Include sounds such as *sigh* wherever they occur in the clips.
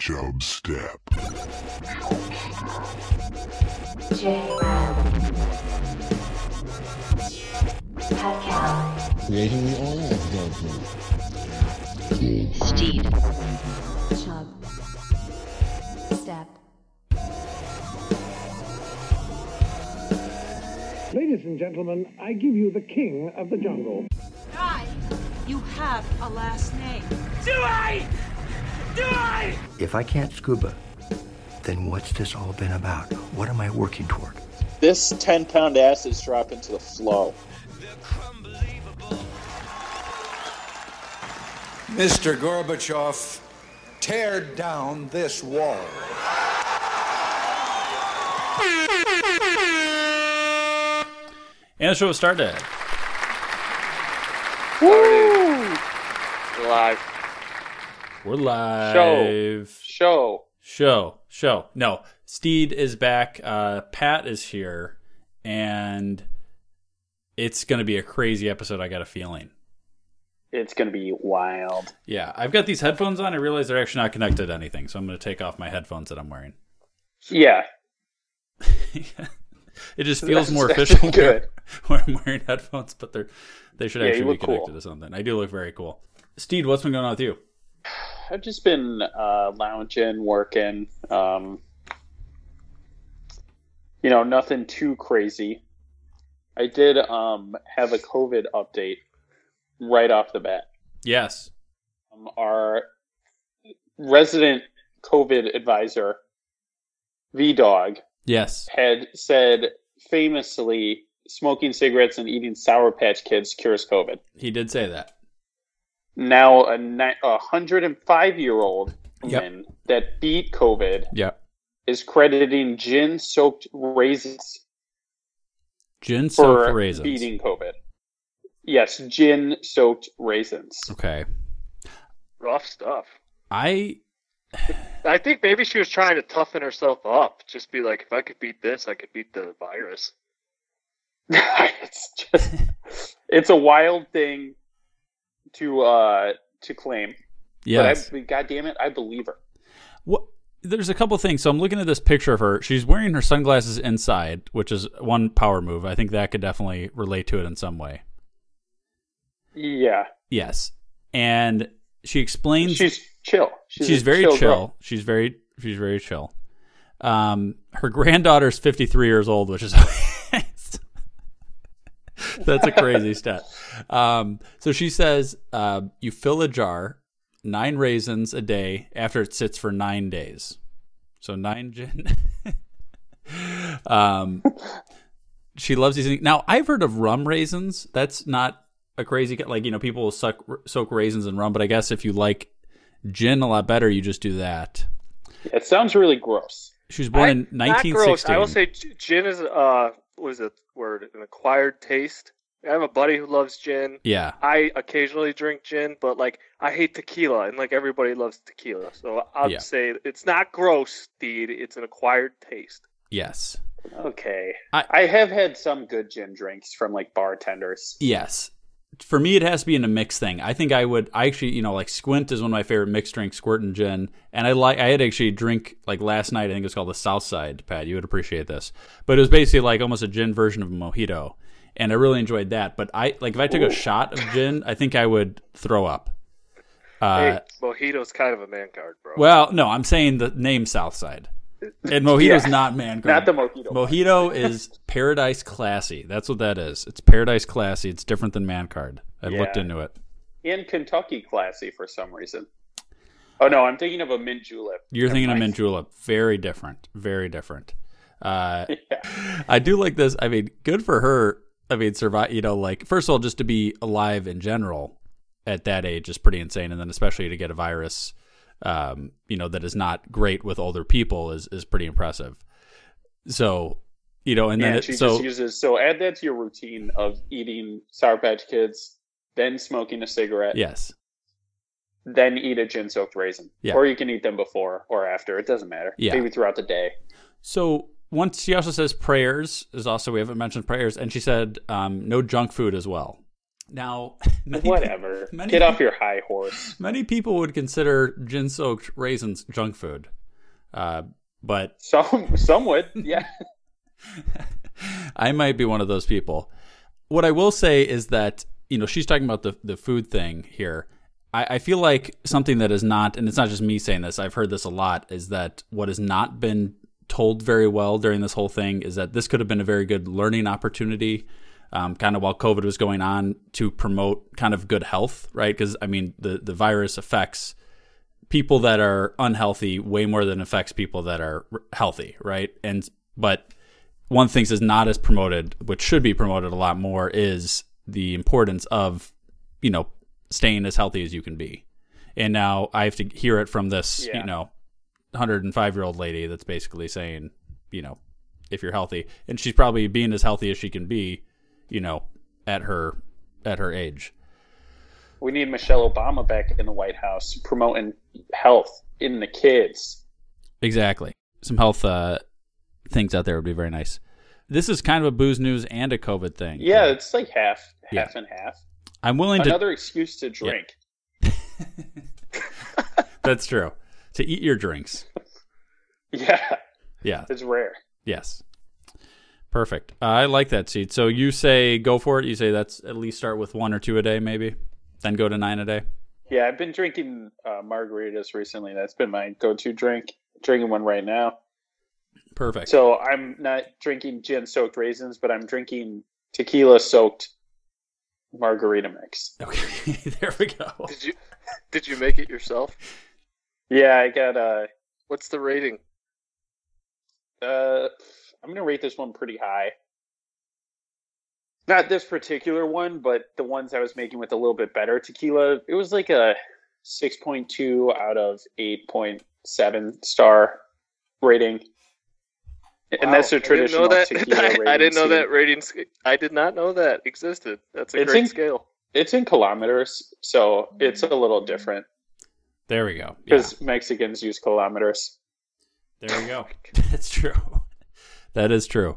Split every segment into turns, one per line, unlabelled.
Dubstep.
Creating the all judgment.
Steed. Chub. Step.
Ladies and gentlemen, I give you the king of the jungle.
You have a last name.
If I can't scuba, then what's this all been about? What am I working toward?
This 10 pound ass is dropping to the flow.
Mr. Gorbachev, tear down this wall.
And the show started.
Live
We're live.
show.
Show. Show. No. Steed is back. Uh, Pat is here. And it's going to be a crazy episode. I got a feeling.
It's gonna be wild.
Yeah. I've got these headphones on. I realize they're actually not connected to anything. So I'm going to take off my headphones that I'm wearing.
Yeah,
It just feels
That's
more
actually
official when-
good.
*laughs* when I'm wearing headphones, but they're, they should
Yeah, you
actually be
look cool.
connected to something. I do look very cool. Steed, what's been going on with you?
I've just been uh, lounging, working. Um, you know, nothing too crazy. I did um, have a COVID update right off the bat.
Yes.
Um, our resident COVID advisor, V Dog,
Yes.
had said famously, "Smoking cigarettes and eating Sour Patch Kids cures COVID."
He did say that.
now a ni- a 105 year old
Yep.
woman that beat COVID
Yeah.
is crediting gin soaked raisins
Gin
for
soaked raisins.
beating COVID. Yes, gin soaked raisins.
Okay.
Rough stuff.
I
I think maybe she was trying to toughen herself up. Just be like, if I could beat this, I could beat the virus.
*laughs* it's just it's a wild thing to uh to claim.
yes.
But I, God damn it, I believe her.
What? There's a couple things. So I'm looking at this picture of her. She's wearing her sunglasses inside, which is one power move. I think that could definitely relate to it in some way.
Yeah,
Yes. And she explains
she's chill. She's,
she's,
a
very chill.
girl.
She's very she's very chill. Um, her granddaughter's 53 years old, which is *laughs* that's a crazy stat. Um, so she says uh, you fill a jar, nine raisins a day after it sits for nine days. So nine gin. *laughs* um, she loves these things. Now I've heard of rum raisins. That's not a crazy like you know people will suck soak raisins in rum, but I guess if you like gin a lot better, you just do that.
It sounds really gross.
She was born in
I- not gross.
1916.
I will say g- gin is uh was a word an acquired taste. I have a buddy who loves gin.
yeah,
I occasionally drink gin, but like I hate tequila, and like everybody loves tequila, so I'll
Yeah.
say it's not gross, Steed. It's an acquired taste.
yes,
Okay.
I-
I, have had some good gin drinks from like bartenders.
yes. For me, it has to be in a mix thing. I think I would. I actually, you know, like Squint is one of my favorite mixed drinks, Squirt and Gin, and I like. I had actually drink like last night. I think it was called the Southside. Pat, you would appreciate this, but it was basically like almost a gin version of a mojito, and I really enjoyed that. But I like if I took a shot of gin, I think I would throw up. Uh,
hey, mojito's kind of a man card, bro.
Well, no, I'm saying the name Southside. And Mojito's
Yeah.
not man.
Not
Grant.
the mojito.
Mojito is Paradise Classy. That's what that is. It's Paradise Classy. It's different than man card. I looked
Yeah.
into it.
In Kentucky classy for some reason. Oh no, I'm thinking of a mint julep.
You're thinking of
mind.
mint julep. Very different. Very different. Uh,
*laughs* Yeah.
I do like this. I mean, good for her. I mean, survive. You know, like first of all, just to be alive in general at that age is pretty insane, and then especially to get a virus, um, you know, that is not great with older people is is pretty impressive. So, you know, and then
And
it,
she
so
just uses so add that to your routine of eating Sour Patch Kids, then smoking a cigarette,
yes,
then eat a gin soaked raisin.
Yeah.
Or you can eat them before or after. It doesn't matter.
Yeah.
Maybe throughout the day.
so once she also says prayers is also we haven't mentioned prayers, and she said um, no junk food as well. Now, *laughs* many,
Whatever.
many-
Get off your high horse.
many people would consider gin soaked raisins junk food, uh, but
Some some would,
*laughs*
yeah.
I might be one of those people. What I will say is that you know she's talking about the the food thing here. I, I feel like something that is not, and it's not just me saying this. I've heard this a lot. Is that what has not been told very well during this whole thing? Is that this could have been a very good learning opportunity, um, kind of while COVID was going on, to promote kind of good health, right? Because I mean, the the virus affects people that are unhealthy way more than affects people that are r- healthy, right? And but one thing is not as promoted, which should be promoted a lot more, is the importance of you know staying as healthy as you can be. And now I have to hear it from this
Yeah.
you know 105 year old lady that's basically saying you know if you're healthy, and she's probably being as healthy as she can be, you know, at her at her age.
We need Michelle Obama back in the White House promoting health in the kids.
Exactly. Some health uh, things out there would be very nice. This is kind of a booze news and a COVID thing.
Yeah, it's like half
Yeah.
half and half.
I'm willing to.
Another excuse to drink.
*laughs* that's true. To eat your drinks.
*laughs* Yeah,
Yeah.
it's rare.
Yes. Perfect. Uh, I like that seed. So you say go for it. You say that's at least start with one or two a day, maybe, then go to nine a day.
Yeah, I've been drinking uh, margaritas recently. That's been my go-to drink. Drinking one right now.
Perfect.
So I'm not drinking gin-soaked raisins, but I'm drinking tequila-soaked margarita mix.
okay. *laughs* there we go.
Did you did you make it yourself?
Yeah, I got uh, a.
What's the rating?
Uh, uh, I'm gonna rate this one pretty high. Not this particular one, but the ones I was making with a little bit better tequila. It was like a 6.2 out of 8.7 star rating.
Wow,
And that's a
I
traditional
didn't know
tequila
that. *laughs*
rating.
I didn't know
scheme.
that rating. sc- I did not know that existed. That's a
It's
great
in-
scale.
It's in kilometers, so it's a
Mm-hmm.
little different
There we go. Yeah.
because Mexicans use kilometers.
There we go. *laughs* That's true. That is true.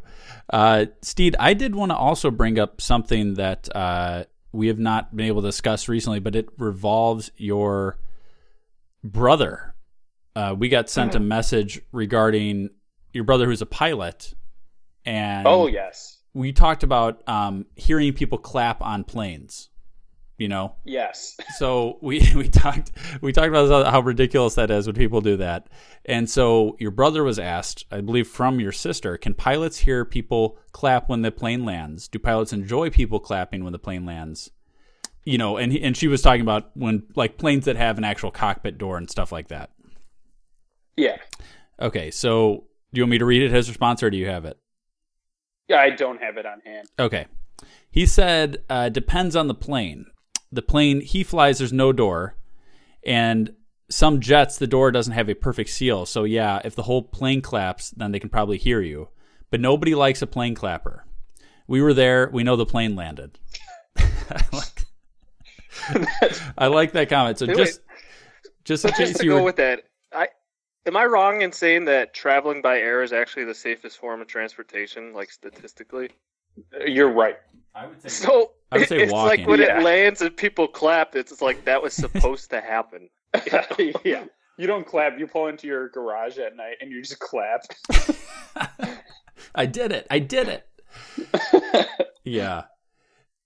Uh, Steed, I did want to also bring up something that uh, we have not been able to discuss recently, but it revolves your brother. Uh, we got sent a message regarding your brother who's a pilot. And
Oh yes,
we talked about um, hearing people clap on planes, you know?
yes.
so we *laughs* we talked we talked about this, how ridiculous that is when people do that. And so your brother was asked, I believe from your sister, can pilots hear people clap when the plane lands? Do pilots enjoy people clapping when the plane lands? You know, and he- and she was talking about when like planes that have an actual cockpit door and stuff like that.
Yeah,
Okay, so do you want me to read it his response or do you have it?
yeah. I don't have it on hand.
Okay. He said, uh, depends on the plane. The plane he flies, there's no door. And some jets, the door doesn't have a perfect seal. So, yeah, if the whole plane claps, then they can probably hear you. But nobody likes a plane clapper. We were there. We know the plane landed. *laughs* I, like, I like that comment. So,
Wait,
just, just in
So just
case
to
you
go
were,
with that, I am I wrong in saying that traveling by air is actually the safest form of transportation, like statistically?
You're right. *laughs*
I would say,
So
I would say
it's
walking.
like when
Yeah.
it lands and people clap, it's like that was supposed to happen.
yeah. You don't clap. You pull into your garage at night and you just clap.
*laughs*
*laughs*
I did it. I did it. yeah.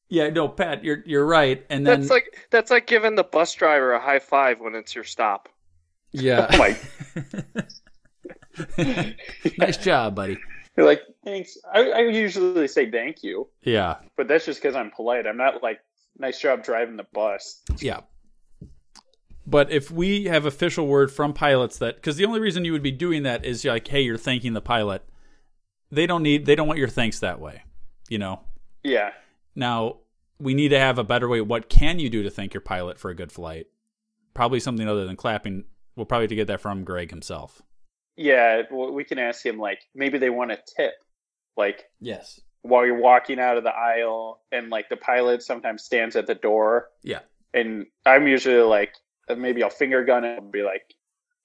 Yeah, no, Pat, you're you're right. And then
That's like that's like giving the bus driver a high five when it's your stop.
yeah.
*laughs*
*laughs*
like
nice job, buddy.
you're like thanks. I, I usually say thank you,
Yeah,
but that's just because I'm polite. I'm not like nice job driving the bus.
yeah. But if we have official word from pilots that, because the only reason you would be doing that is like, hey, you're thanking the pilot. They don't need, they don't want your thanks that way, you know.
Yeah.
Now we need to have a better way. What can you do to thank your pilot for a good flight? Probably something other than clapping. We'll probably have to get that from Greg himself.
Yeah. w- We can ask him like maybe they want a tip, like
Yes.
while you're walking out of the aisle, and like the pilot sometimes stands at the door,
Yeah.
and I'm usually like uh, maybe I'll finger gun it and be like,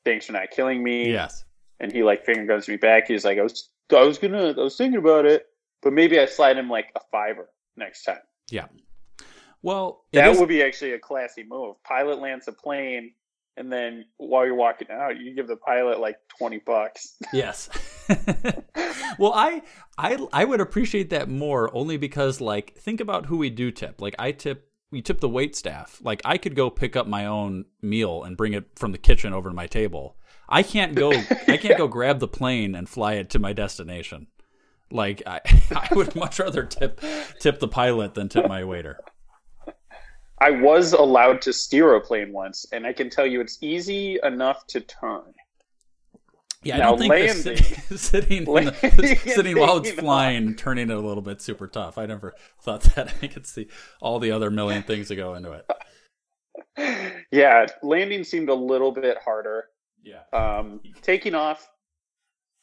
thanks for not killing me.
Yes.
and he like finger guns me back. He's like, I was, I was gonna, I was thinking about it, but maybe I slide him like a fiver next time.
Well, it
That
is-
would be actually a classy move. Pilot lands a plane, and then while you're walking out, you give the pilot like twenty bucks. *laughs*
Yes. *laughs* well, I I I would appreciate that more only because like think about who we do tip. Like I tip we tip the wait staff. Like I could go pick up my own meal and bring it from the kitchen over to my table. I can't go I can't go grab the plane and fly it to my destination. Like I *laughs* I would much rather tip tip the pilot than tip my waiter.
I was allowed to steer a plane once, and I can tell you it's easy enough to turn.
Yeah, I
Now,
don't think the
landing-
*laughs*
*laughs*
sit- sitting in the,
landing
sitting while it's
and
flying, turning it a little bit super tough. I never thought *laughs* that. I think it's the all the other million things that go into it.
Yeah, landing seemed a little bit harder.
Yeah,
Um, taking off,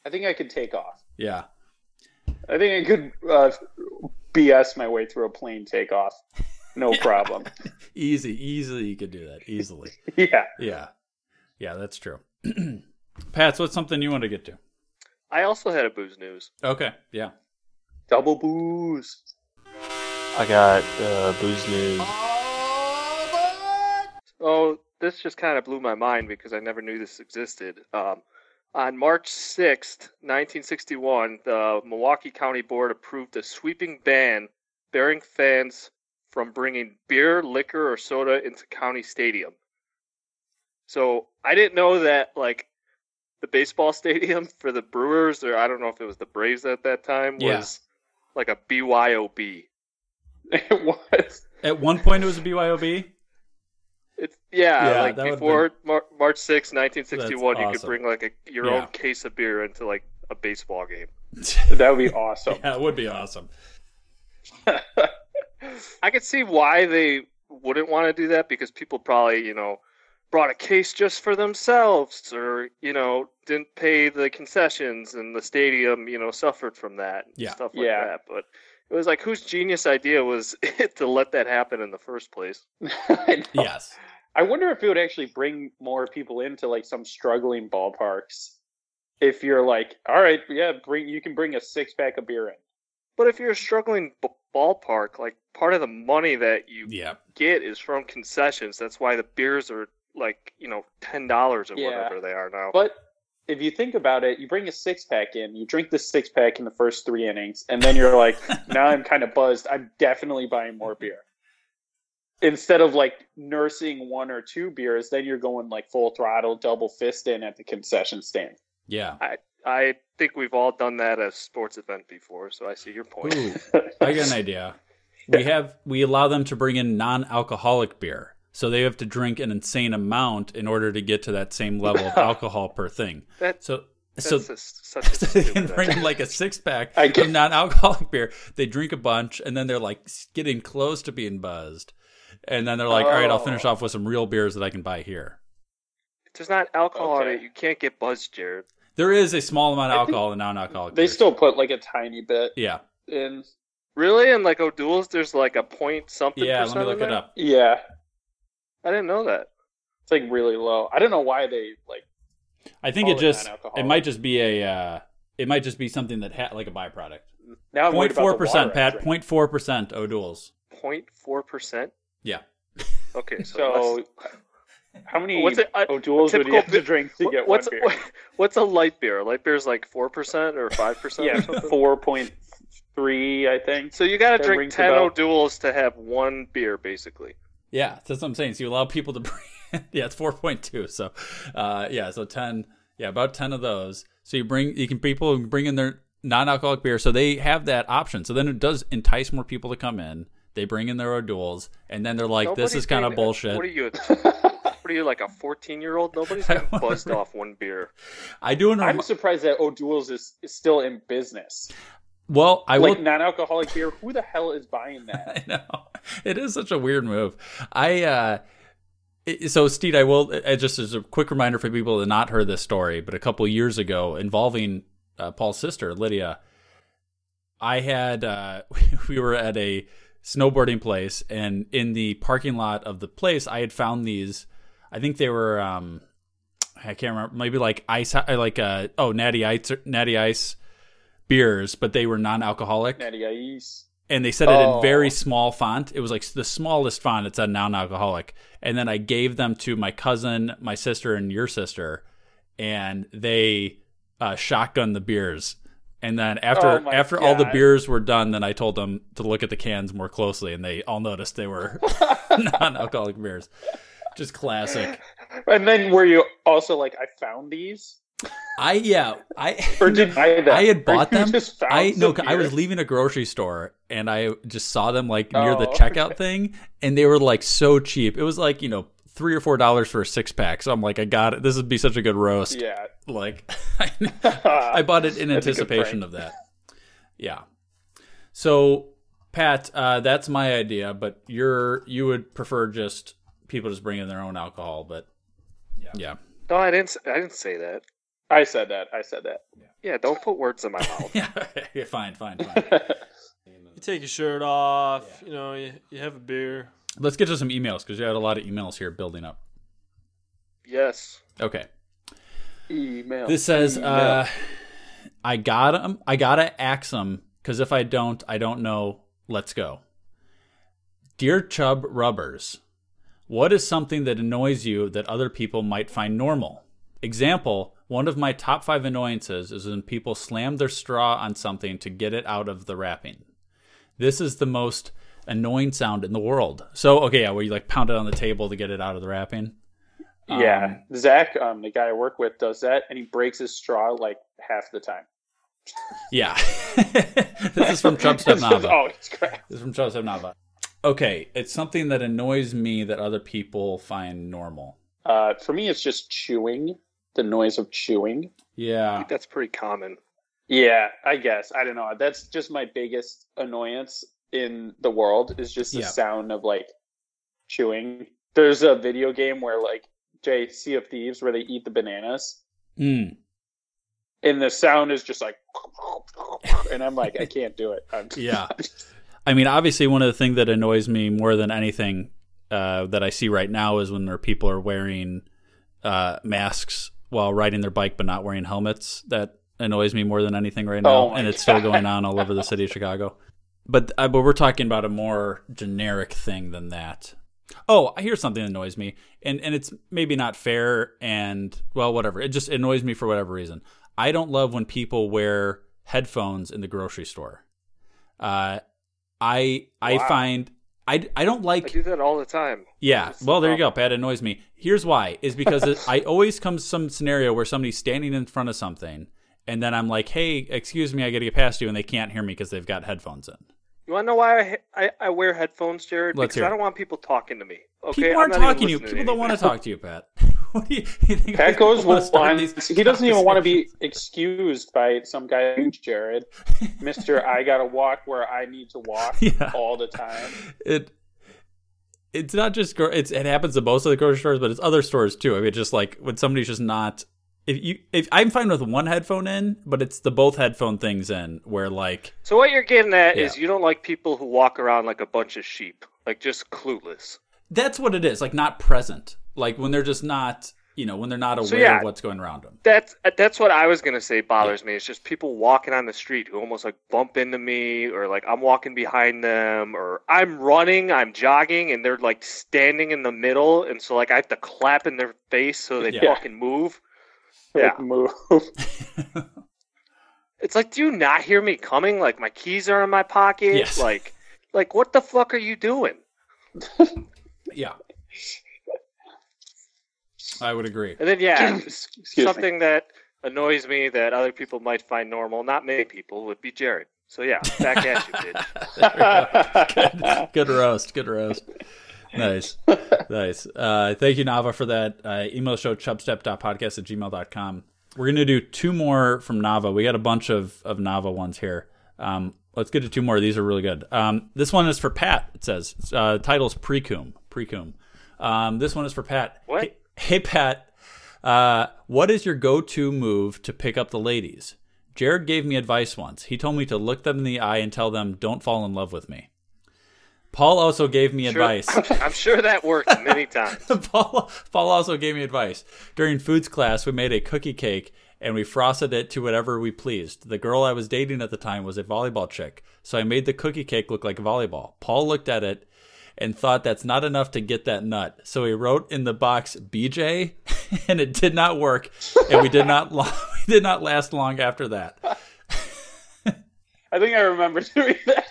I think I could take off.
yeah.
I think I could uh, BS my way through a plane takeoff,
*laughs*
no problem.
Easy, easily you could do that easily.
yeah.
yeah, yeah, that's true. *clears throat* Pats, what's something you want to get to?
I also had a booze news.
Okay, yeah.
Double booze.
I got uh, booze news.
Oh, this just kind of blew my mind because I never knew this existed. Um, on March 6th, 1961, the Milwaukee County Board approved a sweeping ban barring fans from bringing beer, liquor, or soda into county stadium. So I didn't know that, like, the
*laughs*
baseball stadium for the Brewers, or I don't know if it was the Braves at that time,
Yeah.
was like a BYOB.
*laughs* It was.
At one point, it was a BYOB.
It's yeah,
Yeah,
like
that would've
before Mar- March sixth, nineteen 1961,
That's
you could
awesome.
bring like a, your
Yeah.
own case of beer into like a baseball game.
That would be awesome.
Yeah, it would be awesome.
*laughs* I could see why they wouldn't want to do that because people probably, you know, brought a case just for themselves or, you know, didn't pay the concessions and the stadium, you know, suffered from that and
Yeah.
stuff like
Yeah.
that. But it was like whose genius idea was *laughs* it to let that happen in the first place?
*laughs* I know.
Yes.
I wonder if it would actually bring more people into like some struggling ballparks. If you're like, all right, yeah, bring you can bring a six pack of beer in.
But if you're a struggling b- ballpark, like part of the money that you
Yeah.
get is from concessions. That's why the beers are like you know ten dollars or
Yeah.
whatever they are now.
But if you think about it, you bring a six pack in, you drink the six pack in the first three innings, and then you're *laughs* like, now I'm kind of buzzed. I'm definitely buying more beer. Instead of like nursing one or two beers, then you're going like full throttle, double fist in at the concession stand.
Yeah.
I think we've all done that at a sports event before, so I see your point.
Ooh,
*laughs*
I got an idea. We have we allow them to bring in non-alcoholic beer, so they have to drink an insane amount in order to get to that same
*laughs*
level of alcohol per thing.
That-
so
That's
so.
a, such a
so *laughs* they can
stupid
bring
idea.
in like a six pack
I get-
of non-alcoholic beer. They drink a bunch, and then they're like getting close to being buzzed, and then they're like, "All right, I'll finish
Oh.
off with some real beers that I can buy here."
If There's not alcohol in
Okay.
it. You can't get buzzed, Jared.
There is a small amount
I
of
think
alcohol in non-alcoholic.
They
beers.
still put like a tiny bit
yeah,
in.
Really? And like O'Doul's, there's like a point something.
yeah. Let
percent
me
in
look it
there?
up.
Yeah.
I didn't know that.
It's like really low. I don't know why they like.
I think it
Call it
just it
non-alcoholic.
might just be a uh, it might just be something that ha- like a byproduct.
Now I'm worried
Point
about the
four percent,
water I
Pat.
drink.
Point four percent O'Doul's.
Point four percent.
Yeah,
Okay,
So, how many
*laughs* What's it- I-
O'Doul's would you
typical
have to
bi-
drink to get
what's
one beer?
*laughs* what's a light beer? A light beer is like four percent or five percent.
*laughs*
*laughs*
yeah,
or something?
four point three, I think.
So you got
That
to drink
rings a
ten
bell.
O'Doul's to have one beer, basically.
yeah. That's what I'm saying. So you allow people to *laughs* bring. yeah, it's four point two. So, uh, yeah, so ten. Yeah, about ten of those. So you bring you can people bring in their non-alcoholic beer, so they have that option. So then it does entice more people to come in. They bring in their O'Doul's, and then they're like, "This
Nobody's
is kind of
getting- What are
bullshit."
you?
*laughs* Hmm.
What are you like a fourteen-year-old? Nobody's
I *laughs*
getting
wanna
buzzed
re-
off one beer.
I do know.
I'm surprised that O'Doul's is, is still in business.
Well, I
like
will.
non-alcoholic beer, who the hell is buying that?
*laughs* I know it is such a weird move. I uh, it- so Steed, I will uh, just as a quick reminder for people that not heard this story, but a couple years ago involving uh, Paul's sister Lydia, I had uh, *laughs* we were at a snowboarding place, and in the parking lot of the place, I had found these. I think they were um, I can't remember, maybe like ice, uh, like uh, oh Natty Ice, Natty Ice beers, but they were non-alcoholic
Natty Ice.
and they said it in
Oh.
very small font. It was like the smallest font. It said non-alcoholic, and then I gave them to my cousin, my sister, and your sister, and they uh, shotgunned the beers. And then
Oh
after
my
after all the
God.
beers were done, then I told them to look at the cans more closely, and they all noticed they were *laughs* non-alcoholic beers. Just classic.
And then were you also like, I found these?
I yeah I *laughs*
Or deny that?
I had
Or
bought
you
them.
Just found
I no,
some
I was
beer?
leaving a grocery store and I just saw them like near the
Oh,
checkout thing, and they were like so cheap. It was like you know three or four dollars for a six pack. So I'm like, I got it. This would be such a good roast.
Yeah.
*laughs* Like
*laughs*
I, I bought
That's
it in
a good
anticipation
prank.
of that. Yeah. So Pat, uh, that's my idea, but you're you would prefer just people just bringing their own alcohol, but yeah.
No, I didn't. s- I didn't say that.
I said that. I said that.
Yeah, don't put words in my
*laughs*
mouth.
Yeah, yeah fine, fine, fine.
*laughs* You take your shirt off. You know, you, you have a beer.
Let's get to some emails because you had a lot of emails here building up.
yes.
Okay.
Email.
This says,
Email.
uh, I got him. I gotta ax him because if I don't, I don't know. Let's go. Dear Chub Rubbers, what is something that annoys you that other people might find normal? Example, one of my top five annoyances is when people slam their straw on something to get it out of the wrapping. This is the most annoying sound in the world. So, okay, yeah, where you like pound it on the table to get it out of the wrapping.
yeah. Zach, um, the guy I work with, does that, and he breaks his straw like half the time.
Yeah. *laughs* this is from Trump Step Nava.
oh, *laughs* it's crap.
This is from Trump Step Nava. Okay, it's something that annoys me that other people find normal.
Uh, for me, it's just chewing. The noise of chewing.
Yeah.
That's pretty common.
Yeah, I guess. I don't know. That's just my biggest annoyance in the world is just the
Yeah.
sound of like chewing. There's a video game where like Jay Sea of Thieves where they eat the bananas
Mm.
and the sound is just like *laughs* and I'm like, I can't do it. *laughs* I'm
Yeah. I mean, obviously, one of the things that annoys me more than anything uh, that I see right now is when there are people are wearing uh, masks while riding their bike but not wearing helmets. That annoys me more than anything right
Oh
now,
my
and it's still
God.
going on all over the city of Chicago. But uh, but we're talking about a more generic thing than that. Oh, I hear something that annoys me, and and it's maybe not fair, and well, whatever. It just annoys me for whatever reason. I don't love when people wear headphones in the grocery store. Uh, I I
Wow.
find I I don't like
I do that all the time.
yeah. Well, there you go. Pat annoys me. Here's why is because it, I always come to some scenario where somebody's standing in front of something and then I'm like, "Hey, excuse me, I got to get past you," and they can't hear me because they've got headphones in.
You want to know why I, I, I wear headphones, Jared?
Let's
because
hear
I
it.
don't want people talking to me. Okay,
People aren't
I'm not even
talking to you.
listening
People don't want to
anything.
talk to you, Pat. *laughs* what do you, you think
Pat
people
goes
wanna
with
start
one.
these
He doesn't even want to be excused by some guy named Jared, Mister. I gotta walk where I need to walk
Yeah.
all the
*laughs*
time.
it it's not just gro- it's it happens to most of the grocery stores, but it's other stores too. I mean, it's just like when somebody's just not if you if I'm fine with one headphone in, but it's the both headphone things in where like
*laughs* So what you're getting at
Yeah.
is you don't like people who walk around like a bunch of sheep, like just clueless.
that's what it is, like not present, like when they're just not you know when they're not aware
So, yeah.
of what's going around them.
That's uh, that's what I was gonna say bothers me. It's just people walking on the street who almost like bump into me, or like I'm walking behind them, or I'm running, I'm jogging, and they're like standing in the middle, and so like I have to clap in their face so they
Yeah.
fucking move.
Like,
Yeah.
move.
It's like, do you not hear me coming? Like my keys are in my pocket.
Yes.
Like, like what the fuck are you doing?
Yeah, I would agree.
And then yeah, s-
me.
something that annoys me that other people might find normal, not many people, would be Jared. So yeah, back at you, bitch.
good, good roast. Good roast. Nice. Nice. Uh, thank you, Nava, for that. Uh, email show chubstep.podcast at gmail.com. We're going to do two more from Nava. We got a bunch of, of Nava ones here. Um, let's get to two more. These are really good. Um, this one is for Pat, it says. Uh, title's Precum. Precum. Um, this one is for Pat.
What?
Hey, hey Pat. Uh, what is your go to move to pick up the ladies? Jared gave me advice once. He told me to look them in the eye and tell them, don't fall in love with me. Paul also gave me
Sure-
advice. *laughs*
I'm sure that worked many times.
Paul, Paul also gave me advice. During foods class, we made a cookie cake and we frosted it to whatever we pleased. The girl I was dating at the time was a volleyball chick, so I made the cookie cake look like volleyball. Paul looked at it and thought that's not enough to get that nut. So he wrote in the box BJ *laughs* and it did not work and we did not *laughs* lo- we did not last long after that.
I think I remember *laughs* doing
*laughs*
that.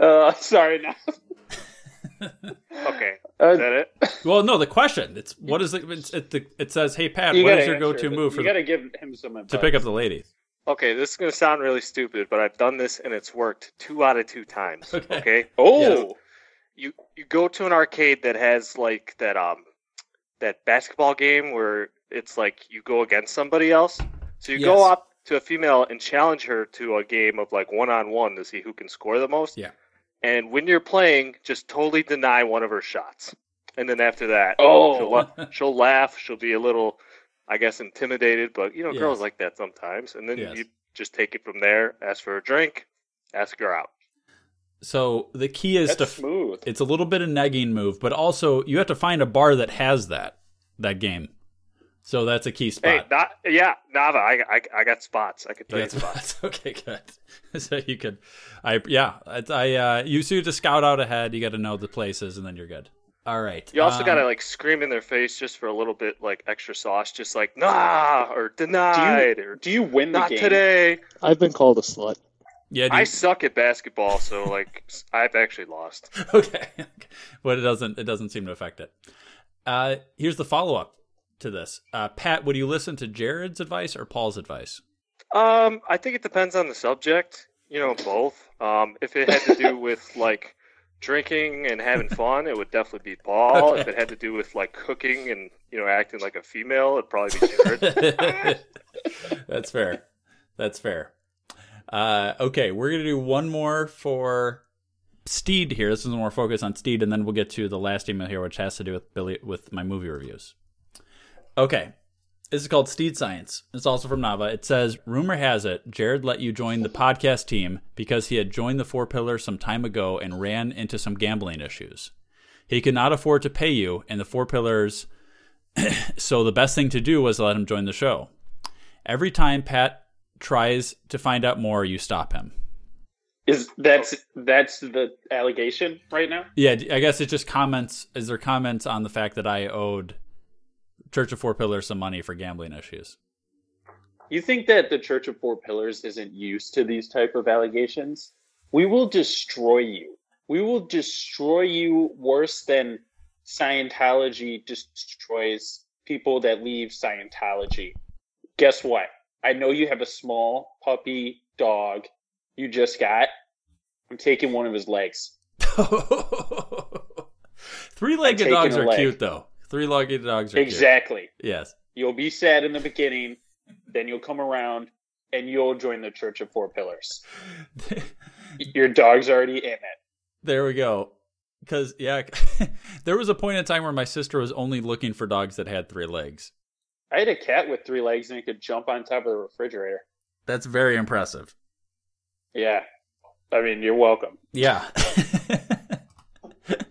uh, sorry now.
okay, uh, is that it?
Well, no. The question it's what is it? It's, it, it says, "Hey Pat,
You
what
gotta
is your
answer
go-to
it.
move
You
for the-
gotta give him some advice.
to pick up the lady?"
Okay, this is going to sound really stupid, but I've done this and it's worked two out of two times. Okay.
*laughs*
Oh.
You you go to an arcade that has like that um that basketball game where it's like you go against somebody else. So you go
Yes.
up to a female and challenge her to a game of like one on one to see who can score the most.
Yeah.
And when you're playing, just totally deny one of her shots. And then after that,
Oh.
she'll, la-
*laughs*
she'll laugh. She'll be a little, I guess, intimidated. But you know,
Yes.
girls like that sometimes. And then
Yes.
you just take it from there. Ask for a drink. Ask her out.
So the key is
That's
to
smooth.
it's a little bit of negging move, but also you have to find a bar that has that that game. So that's a key spot.
Hey, not yeah, Nava. I, I, I got spots. I could tell
Yeah,
you spots.
*laughs* that's okay, good. *laughs* so you could, I yeah, I, I uh, you so you just scout out ahead. You got to know the places, and then you're good. All right.
You also
um,
gotta like scream in their face just for a little bit, like extra sauce, just like nah or denied or
Do you win the
not
game?
today.
I've been called a slut.
Yeah. do
I
you-
suck at basketball, so like s- I've actually lost.
*laughs* okay. but it doesn't it doesn't seem to affect it. Uh, here's the follow up to this. Uh, Pat, would you listen to Jared's advice or Paul's advice?
Um, I think it depends on the subject. You know, both. Um, if it had to do with like drinking and having fun, it would definitely be Paul. If it had to do with like cooking and you know acting like a female, it'd probably be Jared.
*laughs* That's fair. That's fair. Uh, okay, we're gonna do one more for Steed here. This is more focus on Steed, and then we'll get to the last email here, which has to do with Billy with my movie reviews. Okay. This is called Steed Science. It's also from Nava. It says, Rumor has it, Jared let you join the podcast team because he had joined the Four Pillars some time ago and ran into some gambling issues. He could not afford to pay you and the Four Pillars, *clears throat* so the best thing to do was let him join the show. Every time Pat tries to find out more, you stop him.
Is that's that's the allegation right now?
Yeah, d- I guess it just comments. Is there comments on the fact that I owed Church of Four Pillars some money for gambling issues?
You think that the Church of Four Pillars isn't used to these type of allegations? We will destroy you. We will destroy you worse than Scientology destroys people that leave Scientology. Guess what? I know you have a small puppy dog you just got. I'm taking one of his legs.
Three-legged
I'm taking
dogs
a
are
leg.
cute, though. Three-legged dogs are
Exactly.
cute. Yes.
You'll be sad in the beginning, then you'll come around and you'll join the Church of Four
*laughs*
Pillars. Your dog's already in it.
There we go. Because yeah, *laughs* there was a point in time where my sister was only looking for dogs that had three legs.
I had a cat with three legs and it could jump on top of the refrigerator.
That's very impressive.
Yeah. I mean, you're welcome.
Yeah. *laughs*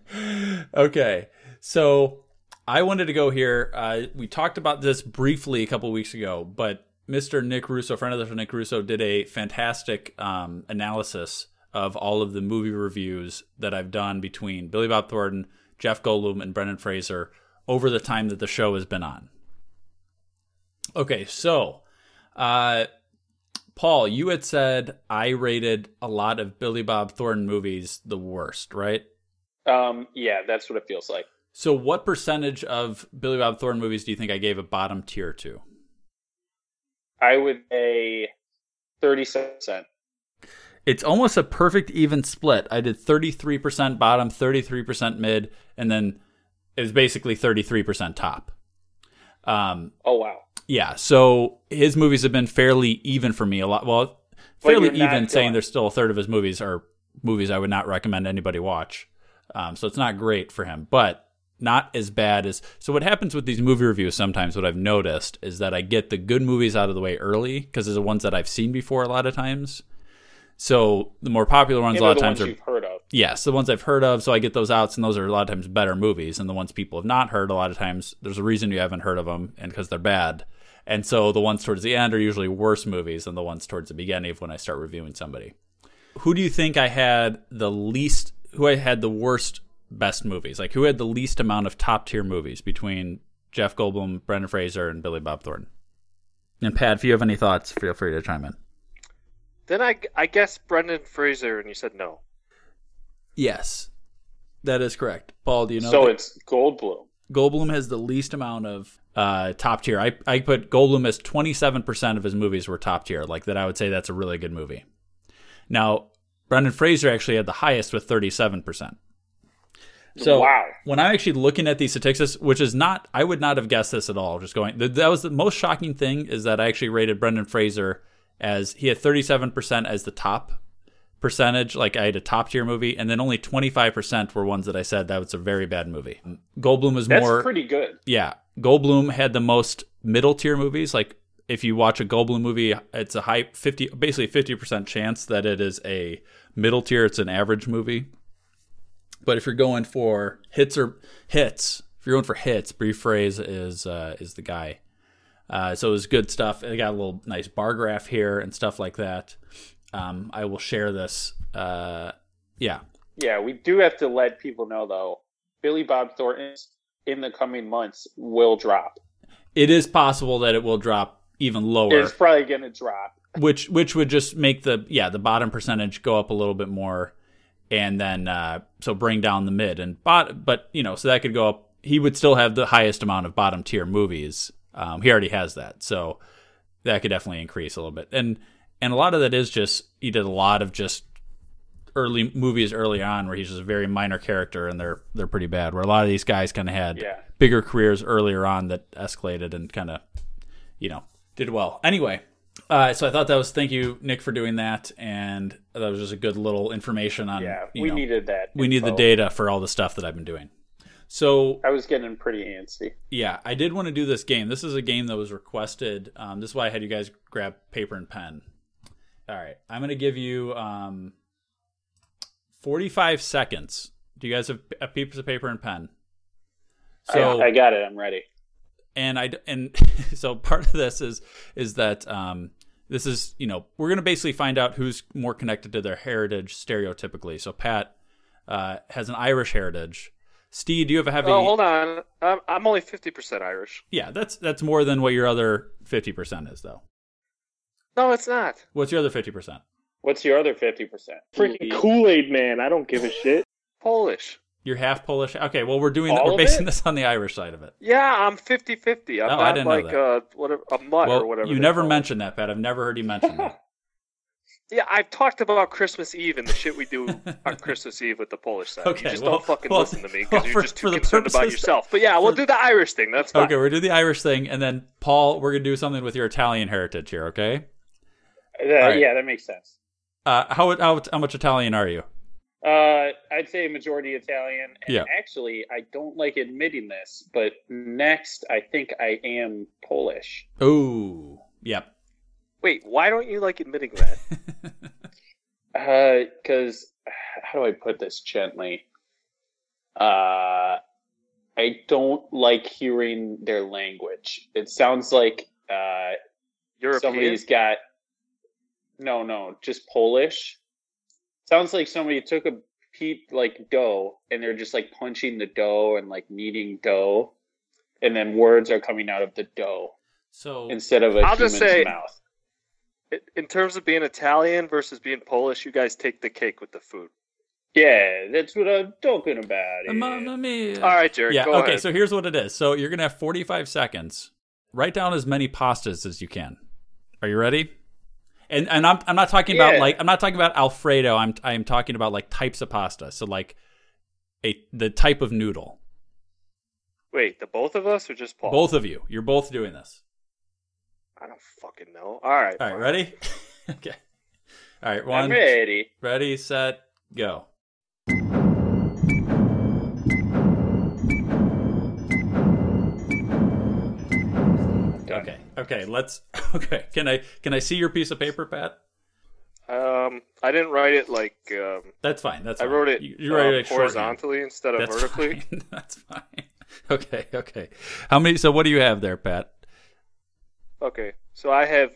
okay. So I wanted to go here. Uh, we talked about this briefly a couple weeks ago, but Mr. Nick Russo, friend of the show, Nick Russo, did a fantastic um, analysis of all of the movie reviews that I've done between Billy Bob Thornton, Jeff Goldblum, and Brendan Fraser over the time that the show has been on. Okay, so uh, Paul, you had said I rated a lot of Billy Bob Thornton movies the worst, right?
Um, yeah, that's what it feels like.
So, what percentage of Billy Bob Thornton movies do you think I gave a bottom tier to?
I would say 37%.
It's almost a perfect even split. I did 33% bottom, 33% mid, and then it was basically 33% top. Um,
Oh, wow.
yeah, so his movies have been fairly even for me a lot. Well, fairly
you're not
even, saying
done.
there's still a third of his movies are movies I would not recommend anybody watch. Um, so it's not great for him, but not as bad as. So what happens with these movie reviews sometimes? What I've noticed is that I get the good movies out of the way early because they're the ones that I've seen before a lot of times. So the more popular ones
These
a lot
are
of
the
times
ones
are
you've heard of.
yes, the ones I've heard of, so I get those outs, and those are a lot of times better movies. And the ones people have not heard, a lot of times there's a reason you haven't heard of them, and because they're bad. And so the ones towards the end are usually worse movies than the ones towards the beginning of when I start reviewing somebody. Who do you think I had the least? Who I had the worst best movies? Like who had the least amount of top tier movies between Jeff Goldblum, Brendan Fraser, and Billy Bob Thornton? And Pat, if you have any thoughts, feel free to chime in.
Then I, I guess Brendan Fraser, and you said no.
Yes, that is correct. Paul, do you know?
so
that-
it's Goldblum.
Goldblum has the least amount of uh, top tier. I, I put Goldblum as 27% of his movies were top tier. Like that, I would say that's a really good movie. Now, Brendan Fraser actually had the highest with 37%. So
Wow.
when I'm actually looking at these statistics, which is not, I would not have guessed this at all. Just going, th- that was the most shocking thing is that I actually rated Brendan Fraser as he had 37% as the top percentage. Like I had a top tier movie, and then only 25% were ones that I said that was a very bad movie. Goldblum was
That's
more
pretty good.
yeah, Goldblum had the most middle tier movies. Like if you watch a Goldblum movie, it's a high fifty, basically fifty percent chance that it is a middle tier. It's an average movie. But if you're going for hits or hits, if you're going for hits, brief phrase is uh, is the guy. Uh, so it was good stuff. It got a little nice bar graph here and stuff like that. Um, I will share this. Uh, yeah,
Yeah, we do have to let people know though. Billy Bob Thornton's in the coming months will drop.
it is possible that it will drop even lower.
It's probably going to drop.
which which would just make the yeah the bottom percentage go up a little bit more and then uh so bring down the mid and bot but you know so that could go up he would still have the highest amount of bottom tier movies um he already has that so that could definitely increase a little bit and and a lot of that is just he did a lot of just early movies early on where he's just a very minor character and they're they're pretty bad where a lot of these guys kind of had
Yeah.
bigger careers earlier on that escalated and kind of you know did well anyway uh, so I thought that was thank you, Nick, for doing that, and that was just a good little information on.
Yeah,
Um, you
we
know,
needed that.
We need the
info.
data for all the stuff that I've been doing. So
I was getting pretty antsy.
yeah, I did want to do this game. This is a game that was requested. Um, this is why I had you guys grab paper and pen. All right, I'm gonna give you um, 45 seconds. Do you guys have a piece of paper and pen?
I, I got it. I'm ready.
and I d- and *laughs* so part of this is is that um, this is you know we're gonna basically find out who's more connected to their heritage stereotypically. So Pat uh, has an Irish heritage. Steve, do you have a heavy?
Oh, hold on. I'm, I'm only 50% Irish.
Yeah, that's that's more than what your other fifty percent is though.
No, it's not.
What's your other fifty percent?
What's your other 50%?
Freaking Kool Aid Man. I don't give
*laughs*
a shit.
Polish.
You're half Polish. Okay, well we're doing
All
we're
of
basing
it?
this on the Irish side of it.
Yeah, I'm 50 50. I'm
Oh, I
not
didn't know
like
that.
a, whatever, a mutt
well,
or whatever.
you
they
never
call it.
mentioned that, Pat. I've never heard you mention
*laughs*
that.
Yeah, I've talked about Christmas Eve and the shit we
*laughs*
do on Christmas Eve with the Polish side.
Okay,
you just
well-
don't fucking
well,
listen to me
well,
because
for-
you're just
for
too
the
concerned about
purposes-
yourself. But yeah, we'll do the Irish thing. That's fine.
Okay, we're doing the Irish thing, and then Paul, we're gonna do something with your Italian heritage here. Okay,
Uh,
right.
Yeah, that makes sense.
uh, how how how much Italian are you?
Uh, I'd say majority Italian. And
Yeah.
Actually, I don't like admitting this, but next I think I am Polish.
Oh, yep.
Wait, why don't you like admitting that?
Because Uh, how do I put this gently? Uh, I don't like hearing their language. It sounds like uh,
European?
somebody's got no, no, just Polish. Sounds like somebody took a peep like dough, and they're just like punching the dough and like kneading dough, and then words are coming out of the dough
So
instead of a
I'll
human's
just say-
mouth.
In- In terms of being Italian versus being Polish, you guys take the cake with the food.
Yeah, that's what I'm talking about. yeah.
Uh, Mamma mia.
All right, Jared.
yeah.
go
Okay.
ahead.
So here's what it is. So you're gonna have 45 seconds. Write down as many pastas as you can. Are you ready? And and I'm I'm not talking about
Yeah.
like I'm not talking about Alfredo. I'm I'm talking about like types of pasta. So like a the type of noodle.
Wait, the both of us or just Paul?
Both of you. You're both doing this.
I don't fucking know. All right.
All right. Ready? *laughs* okay. All right.
I'm
One.
ready.
Ready, set, go. *laughs* Okay. Okay. Let's. Okay. Can I can I see your piece of paper, Pat?
Um, I didn't write it like. Um,
That's fine. That's
I
fine.
wrote it.
You- you write
uh,
it shorthand.
horizontally instead of
That's
vertically.
That's fine. *laughs* Okay, okay. How many? So what do you have there, Pat?
Okay, so I have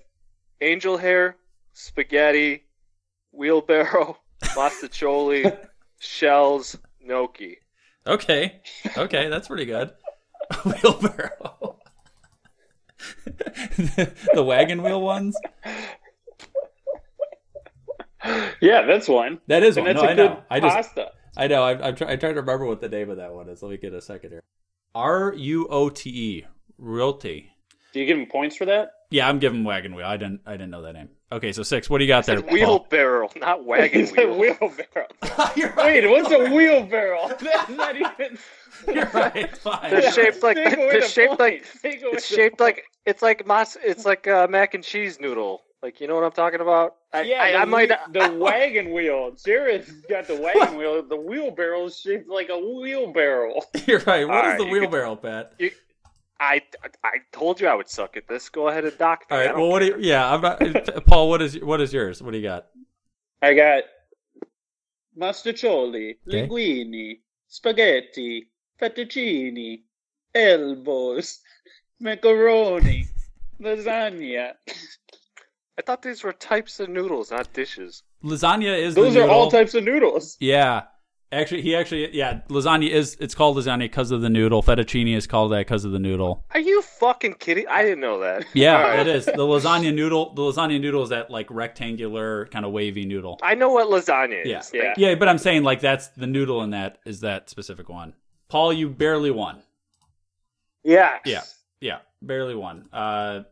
angel hair, spaghetti, wheelbarrow, masticholi, shells, gnocchi.
Okay, okay, that's pretty good. *laughs* Wheelbarrow, *laughs* the wagon wheel ones.
Yeah, that's one.
That is
And
one.
That's
no,
a
I
good
know. I just,
pasta.
I know. I've, I've try, I tried to remember what the name of that one is. Let me get a second here. R U O T E, Rote.
Do you give him points for that?
Yeah, I'm giving wagon wheel. I didn't. I didn't know that name. Okay, so six. What do you got there? Paul?
Wheelbarrow, not wagon
It's a
wheel.
wheelbarrow. Wait, what's a wheelbarrow? That's not even.
*laughs* You're right.
*laughs*
Fine.
They're shaped like
Take away
they're
the
shaped like
point. Take away
it's
the
shaped like it's like mas it's like uh, mac and cheese noodle. Like you know what I'm talking about? I,
yeah,
I,
the,
I might
whe- the wagon wheel. Jared's got
*laughs*
the wagon wheel. The wheelbarrow is shaped like a wheelbarrow.
*laughs* You're right. What is
Alright,
the
you can-
wheelbarrow, Pat?
I I told you I would suck at this. Go ahead and dock me.
All
I
right.
don't
Well, what? Do you, yeah, I'm not. uh, Paul, what is what is yours? What do you got?
I got masticholi,
Okay.
linguini, spaghetti, fettuccine, elbows, *laughs* macaroni, lasagna.
I thought these were types of noodles, not dishes.
Lasagna is.
Those
the
are all
noodle.
types of noodles.
Yeah. Actually, he actually, yeah, lasagna is, it's called lasagna because of the noodle. Fettuccine is called that because of the noodle.
Are you fucking kidding? I didn't know that. All
Yeah,
right.
it is. The lasagna noodle, the lasagna noodle is that like rectangular kind of wavy noodle.
I know what lasagna is.
Yeah.
Thank
Yeah, but I'm saying like that's the noodle in that is that specific one. Paul, you barely won.
Yeah.
Yeah. Yeah, barely won. Uh,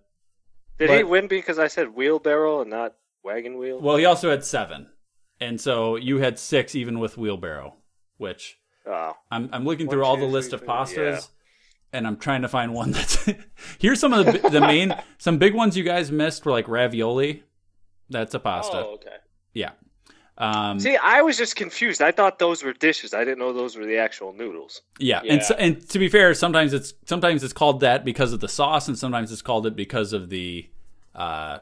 Did he
But-
win because I said wheelbarrow and not wagon wheel?
well, he also had seven. And so you had six even with wheelbarrow, which
Oh.
I'm I'm looking
One,
through all
two,
the
three,
list of
four,
pastas,
yeah.
and I'm trying to find one that's. *laughs* Here's some of the bi- the main some big ones you guys missed were like ravioli. That's a pasta.
Oh, okay.
Yeah. Um,
See, I was just confused. I thought those were dishes. I didn't know those were the actual noodles.
yeah, and so, and to be fair, sometimes it's sometimes it's called that because of the sauce, and sometimes it's called it because of the, uh,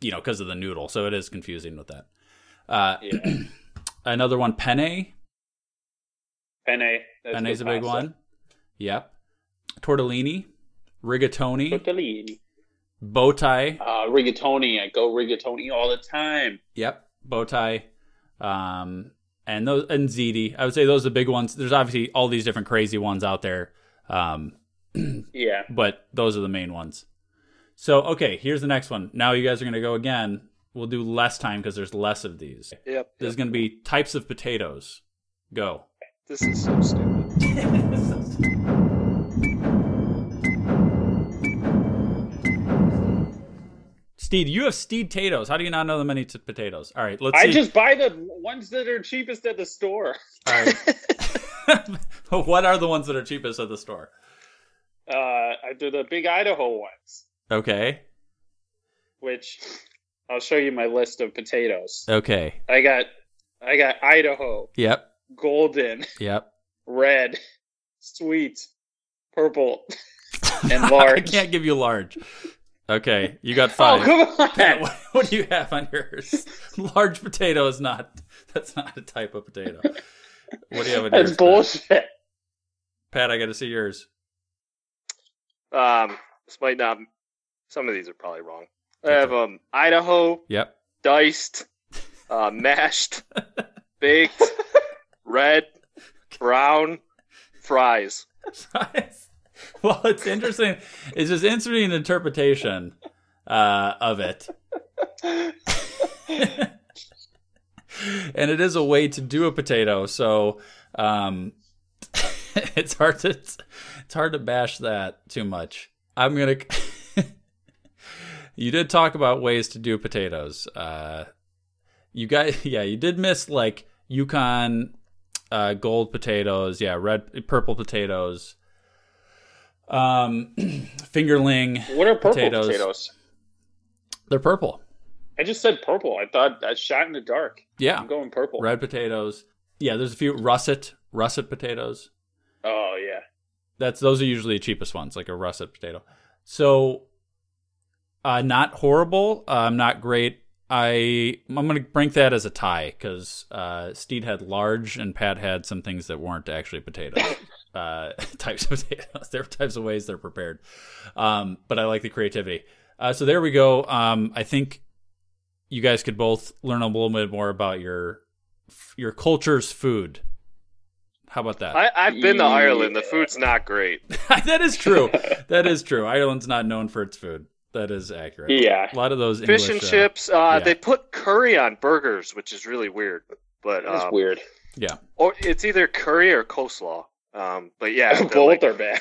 you know, because of the noodle. So it is confusing with that. Uh, *clears throat* another one, penne.
Penne. That's
Penne's a
good
big
pasta.
one. Yep. Tortellini, rigatoni,
Tortellini.
bow tie.
Uh, rigatoni. I go rigatoni all the time.
Yep, bow tie, um, and those and ziti. I would say those are the big ones. There's obviously all these different crazy ones out there, um,
Yeah.
but those are the main ones. So okay, here's the next one. Now you guys are gonna go again. We'll do less time because there's less of these.
Yep.
There's gonna be types of potatoes. Go.
This is so stupid.
Steed, you have Steed potatoes. How do you not know the many t- potatoes? All right, let's see.
I just buy the ones that are cheapest at the store. *laughs*
All right. *laughs* what are the ones that are cheapest at the store?
Uh, I do the big Idaho ones,
Okay.
which I'll show you my list of potatoes.
Okay.
I got, I got Idaho,
Yep.
golden,
Yep.
red, sweet,
*laughs*
purple, and
I
large.
can't give you large. Okay, you got
oh
five.
come *laughs*
Pat, *laughs*
on!
what, what do you have on yours? *laughs* Large potato is not. That's not a type of potato. What do you have on
That's
yours?
bullshit.
Pat, Pat, I got to see yours.
Um, this might not. Some of these are probably wrong. I have um Idaho
Yep. *laughs*
diced, uh, mashed, baked, red, brown, fries.
Fries. Well, it's interesting. It's just interesting interpretation uh, of it, *laughs* and it is a way to do a potato. So um, *laughs* it's hard to it's hard to bash that too much. I'm gonna. *laughs* you did talk about ways to do potatoes. Uh, you guys, *laughs* yeah, you did miss like Yukon uh, gold potatoes, yeah, red, purple potatoes, um, *clears throat* fingerling.
What are purple
Potatoes.
potatoes.
They're purple.
I just said purple. I thought I shot in the dark.
Yeah,
I'm going purple.
red potatoes. Yeah, there's a few russet, russet potatoes.
Oh yeah.
That's those are usually the cheapest ones, like a russet potato. So, uh, not horrible. Um, not great. I I'm gonna rank that as a tie because uh, Steed had large and Pat had some things that weren't actually potatoes. uh, *laughs* types of potatoes. *laughs* There are types of ways they're prepared. Um, but I like the creativity. Uh, so there we go. Um, I think you guys could both learn a little bit more about your your culture's food. How about that?
I, I've been to Ireland. The food's not great.
*laughs* that
*laughs*
is true. that is true. Ireland's not known for its food. That is accurate.
Yeah.
a lot of those
Fish and
English, uh,
chips. Uh,
yeah.
They put curry on burgers, which is really weird. But
That's
um,
weird.
Yeah.
Or it's either curry or coleslaw. Um,
*laughs*
but yeah, the,
Both
like,
are bad.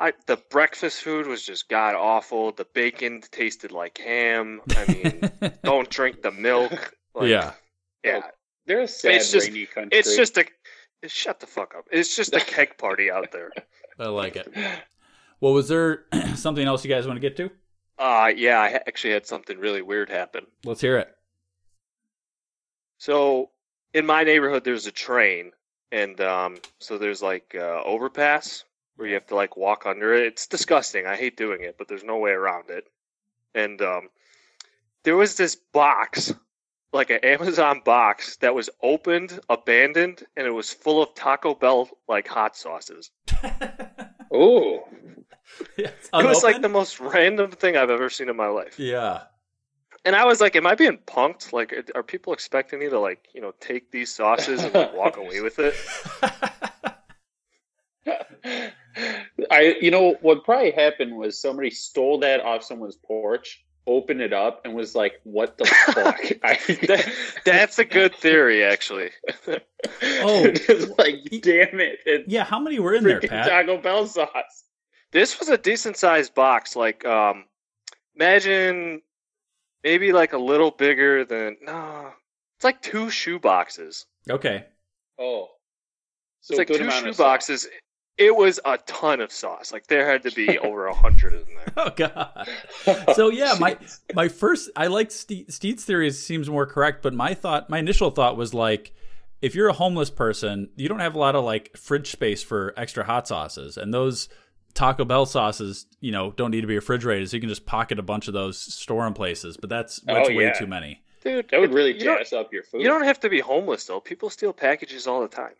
I, the breakfast food was just god awful. The bacon tasted like ham. I
*laughs*
mean, don't drink the milk. Like,
yeah.
yeah.
They're a sad,
it's just,
rainy country.
it's just a. Shut the fuck up. It's just a keg party out there.
I
*laughs*
like it. Well, was there *clears throat* something else you guys want to get to?
Uh, yeah, I ha- actually had something really weird happen.
Let's hear it. *laughs*
So in my neighborhood, there's a train, and um, so there's like uh, overpass where you have to like walk under it. It's disgusting. I hate doing it, but there's no way around it. And um, there was this box, like an Amazon box, that was opened, abandoned, and it was full of Taco Bell like hot sauces.
oh,
it was like the most random thing I've ever seen in my life.
Yeah.
And I was like, "Am I being punked? Like, are- are people expecting me to like, you know, take these sauces and like, walk away
*laughs*
with it?"
I you know what probably happened was somebody stole that off someone's porch, opened it up, and was like, "What
*laughs*
the fuck?" I,
that's a good theory, actually.
*laughs*
Oh,
Just like, damn it! It's
yeah. How many were in there,
freaking
Pat?
Taco Bell sauce.
This was a decent sized box. Like, um, imagine maybe like a little bigger than no, it's like two shoe boxes.
Okay.
Oh,
it's like
good
two
amount
shoe
of sauce.
boxes. It was a ton of sauce. Like there had to
*laughs*
be over a hundred in there.
*laughs* Oh God. So yeah, my my first I like Ste- Steed's theory is- seems more correct, but my thought, my initial thought was like, if you're a homeless person, you don't have a lot of like fridge space for extra hot sauces, and those Taco Bell sauces, you know, don't need to be refrigerated, so you can just pocket a bunch of those, store them places. But that's that's
Oh,
way
yeah.
too many.
Dude,
that would really
you don't-
jazz up your food.
You don't have to be homeless though. People steal packages all the time.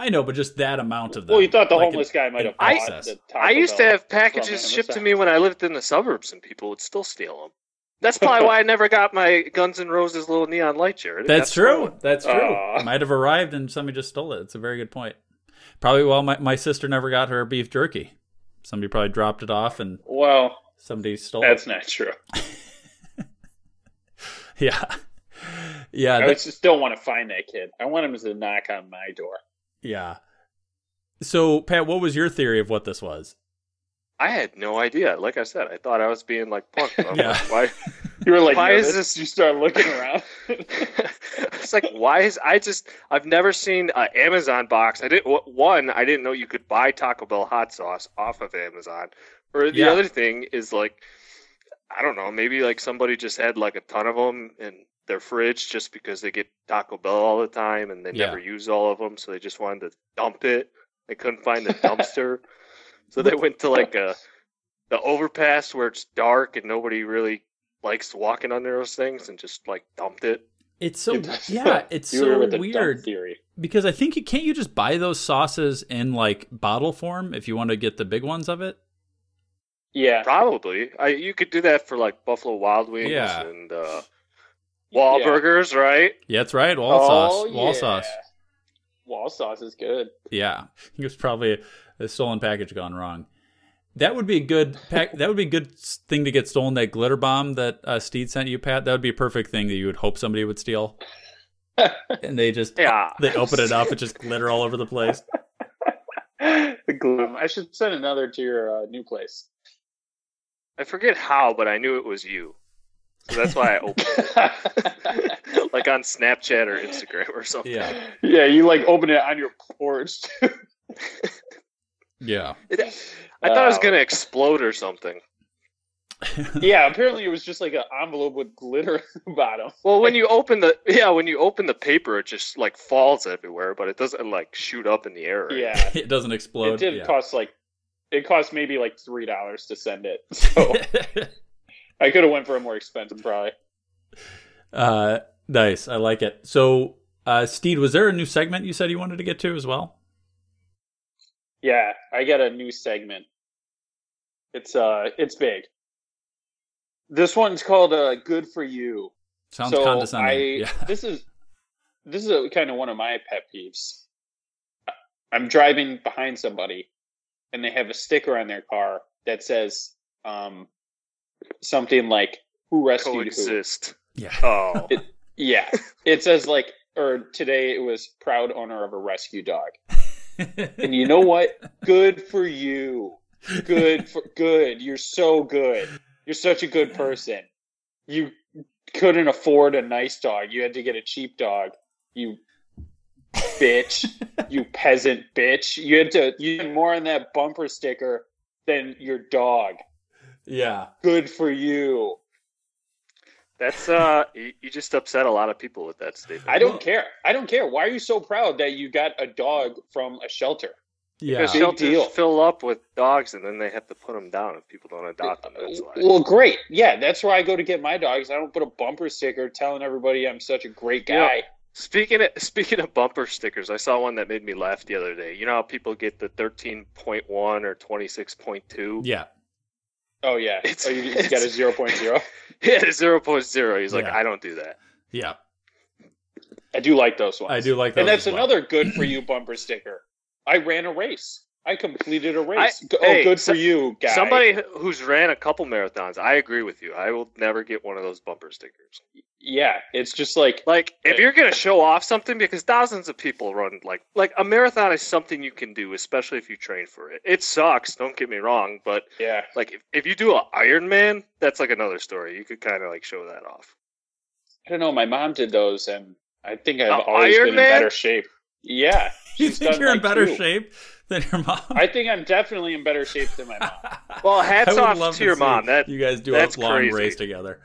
I know, but just that amount of them.
Well, you thought the
Like
homeless
an-
guy might have
an
bought
excess.
the Taco
I used to
Bell
have
from
packages
Amazon.
shipped to me when I lived in the suburbs, and people would still steal them. That's probably why I never got my Guns N' Roses little neon light shirt.
That's true.
stolen.
That's true.
Aw.
Might have arrived and somebody just stole it. It's a very good point. Probably well my, my sister never got her beef jerky. Somebody probably dropped it off and
Well,
somebody stole
that's
it.
not true.
*laughs* Uh, Yeah. Yeah.
I
that-
just don't want to find that kid. I want him to knock on my door.
yeah. So Pat, what was your theory of what this was?
I had no idea. Like I said, I thought I was being like punked. I'm
*laughs* Yeah.
like, why?
You were like,
why is
nervous.
this?
You start looking
*laughs*
around.
It's like, why is I just? I've never seen an Amazon box. I didn't. One, I didn't know you could buy Taco Bell hot sauce off of Amazon. Or the
Yeah.
other thing is like, I don't know. Maybe like somebody just had like a ton of them in their fridge just because they get Taco Bell all the time and they
Yeah.
never use all of them, so they just wanted to dump it. They couldn't find
*laughs*
the dumpster, so they went to like a the overpass where it's dark and nobody really likes walking under those things and just like dumped it.
It's so
*laughs*
yeah, it's
You were
so
with the dump
weird.
theory.
Because I think you can't you just buy those sauces in like bottle form if you want to get the big ones of it?
Yeah.
Probably. I you could do that for like Buffalo Wild Wings
Yeah.
and uh Wahlburgers, right?
Yeah, that's right. Wall sauce. Wall
Oh, yeah.
sauce.
Wall sauce is good.
Yeah, *laughs* it was probably a stolen package gone wrong. That would be a good pack. that would be a good s- thing to get stolen. That glitter bomb that uh, Steed sent you, Pat. That would be a perfect thing that you would hope somebody would steal. and they just
Yeah.
*laughs* they open it up, it just glitter all over the place.
*laughs* The gloom. I should send another to your uh, new place. *laughs*
I forget how, but I knew it was you. So that's why I opened it. like on Snapchat or Instagram or something.
Yeah,
Yeah, you like open it on your porch. *laughs*
yeah. *laughs*
It- I thought it was
Oh.
gonna explode or something.
yeah, apparently it was just like an envelope with glitter *laughs* at the bottom.
Well, when you open the *laughs* yeah, when you open the paper, it just like falls everywhere, but it doesn't like shoot up in the air. or anything.
Yeah,
It doesn't explode.
it did
yeah.
cost like it cost maybe like three *laughs* dollars to send it. So I could have went for a more expensive probably.
*laughs* Uh, nice. I like it. So, uh, Steed, was there a new segment you said you wanted to get to as well?
Yeah, I got a new segment. It's uh, it's big. This one's called uh, "Good for You."
Sounds so condescending. I, yeah. *laughs*
*laughs* This is this is a, kind of one of my pet peeves. I'm driving behind somebody, and they have a sticker on their car that says um, something like "Who rescued
Coexist.
who?"
Yeah.
Oh,
It, yeah, it says like, or today it was proud owner of a rescue dog. and you know what? Good for you. Good for good. You're so good. You're such a good person. You couldn't afford a nice dog. You had to get a cheap dog. You bitch. you peasant bitch. You had to you had more on that bumper sticker than your dog.
yeah.
Good for you.
that's uh, you, you just upset a lot of people with that statement.
I don't care. I don't care. Why are you so proud that you got a dog from a shelter?
Yeah.
Because
Big
shelters
deal.
fill up with dogs, and then they have to put them down if people don't adopt them. That's why.
Well, great. Yeah, that's where I go to get my dogs. I don't put a bumper sticker telling everybody I'm such a great
You know,
guy.
speaking of, speaking of bumper stickers, I saw one that made me laugh the other day. You know how people get the thirteen point one or twenty six point two?
Yeah.
Oh yeah.
It's-
oh, you, you got a
it's-
zero
*laughs*
point zero.
*laughs* Yeah, zero point zero. He's like,
Yeah.
I don't do that.
Yeah.
I do like those ones.
I do like that.
and that's another good for you bumper sticker. I ran a race. I completed a race. Go- oh,
hey,
good
so-
for you, guy.
Somebody who's ran a couple marathons, I agree with you. I will never get one of those bumper stickers.
Yeah, it's just like
Like, if you're gonna show off something, because thousands of people run like like a marathon is something you can do, especially if you train for it. It sucks, don't get me wrong, but
yeah.
like if, if you do a Ironman, that's like another story. You could kind of like show that
*laughs*
off.
I don't know. My mom did those, and I think I've
A
always
Iron
been in
Man?
better shape. Yeah,
You
she's
think
done,
you're in
like,
better
two.
shape than your mom?
I think I'm definitely in better shape than my mom.
Well, hats
would
off
love
to your
see
mom. That
you guys do
that's
a long
crazy.
race together.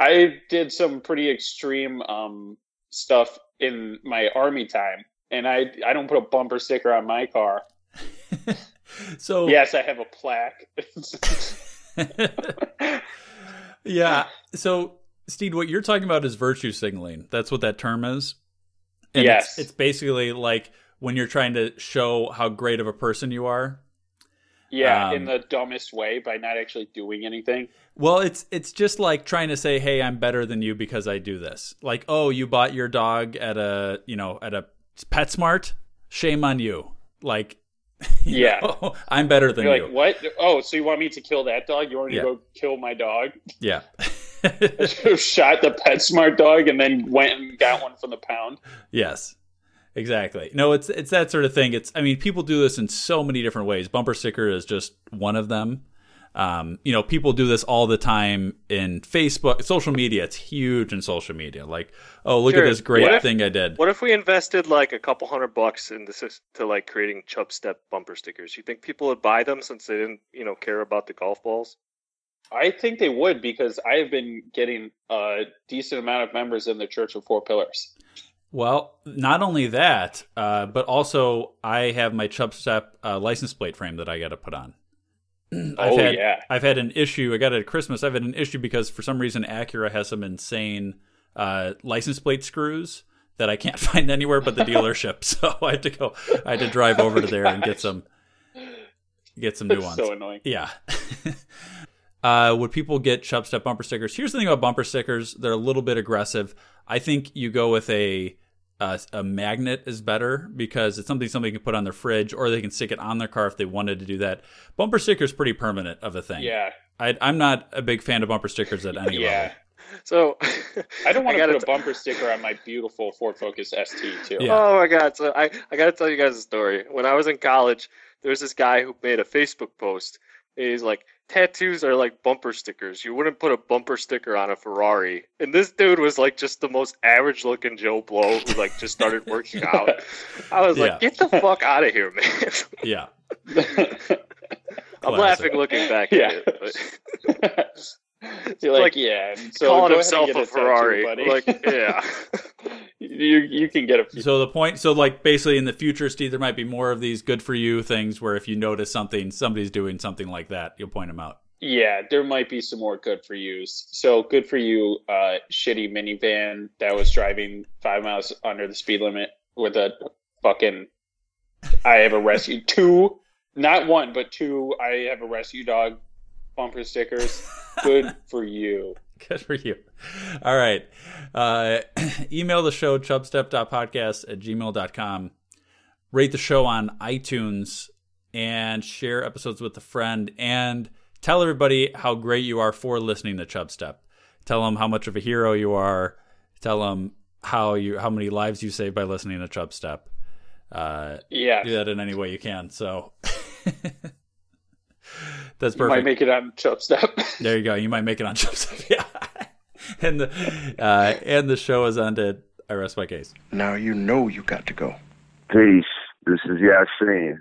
I did some pretty extreme um, stuff in my army time, and I I don't put a bumper sticker on my car.
So
Yes, I have a plaque.
*laughs*
*laughs*
*laughs* yeah. So, Steed, what you're talking about is virtue signaling. That's what that term is.
Yes.
It's, it's basically like when you're trying to show how great of a person you are.
yeah,
Um,
in the dumbest way by not actually doing anything.
Well, it's it's just like trying to say, "Hey, I'm better than you because I do this." Like, "Oh, you bought your dog at a, you know, at a PetSmart? Shame on you." Like, *laughs* you
Yeah.
know, I'm better than
You're
you.
like, what? Oh, so you want me to kill that dog? You want me
Yeah.
to go kill my dog? *laughs*
Yeah. *laughs*
Shot the PetSmart dog and then went and got one from the pound.
Yes. Exactly. No, it's it's that sort of thing. It's I mean, people do this in so many different ways. Bumper sticker is just one of them. Um, you know, people do this all the time in Facebook, social media. It's huge in social media. Like, oh, look
Sure.
at this great
What if-
thing I did.
What if we invested like a couple hundred bucks into this to like creating Chubb Step bumper stickers? You think people would buy them since they didn't, you know, care about the golf balls?
I think they would because I have been getting a decent amount of members in the Church of Four Pillars.
Well, not only that, uh, but also I have my Chubstep uh, license plate frame that I got to put on. *clears throat* I've
Oh,
had,
yeah.
I've had an issue. I got it at Christmas. I've had an issue because for some reason Acura has some insane uh, license plate screws that I can't *laughs* find anywhere but the dealership. *laughs* so I had to go. I had to drive over to there
*laughs*
and get some get some new
Oh That's
ones.
so annoying.
Yeah. *laughs* uh, would people get Chubb Step bumper stickers? Here's the thing about bumper stickers: they're a little bit aggressive. I think you go with a a, a magnet is better because it's something somebody can put on their fridge or they can stick it on their car if they wanted to do that. Bumper sticker is pretty permanent of a thing.
Yeah,
I, I'm not a big fan of bumper stickers at any
*laughs* yeah.
level.
So *laughs*
I don't want to
gotta
put
t-
a
*laughs*
bumper sticker on my beautiful Ford Focus ST
*laughs*
too. *laughs*
Yeah.
Oh my god! So I I gotta tell you guys a story. When I was in college, there was this guy who made a Facebook post. And he's like, tattoos are like bumper stickers. You wouldn't put a bumper sticker on a Ferrari. And this dude was like just the most average looking Joe Blow who like just
*laughs*
started working out. I was like,
Yeah.
get the fuck out of here, man. *laughs*
Yeah.
I'm
Classic.
laughing looking back
Yeah.
at it. but-
You're like,
Like,
yeah. So
calling
go
himself
ahead
a
and get tattoo,
Ferrari.
buddy.
like,
*laughs*
yeah.
you you can get a few.
So the point, so like basically in the future, Steve, there might be more of these good for you things where if you notice something, somebody's doing something like that, you'll point them out.
Yeah, there might be some more good for yous. So good for you, uh, shitty minivan that was driving five miles under the speed limit with a fucking. I have a rescue *laughs* two, not one, but two. I have a rescue dog bumper stickers. Good for you.
*laughs* Good for you. All right. Uh, *clears throat* email the show, chubstep.podcast at gmail.com. Rate the show on iTunes and share episodes with a friend. And tell everybody how great you are for listening to Chubstep. Tell them how much of a hero you are. Tell them how you how many lives you save by listening to Chubstep. Uh,
yeah,
do that in any way you can. So *laughs* that's perfect. You
might make it on *laughs* Chubstep.
there you go. You might make it on *laughs* Chubstep. Yeah, and the uh, and the show is on to I rest my case.
Now you know you got to go.
Peace. This is Yasin.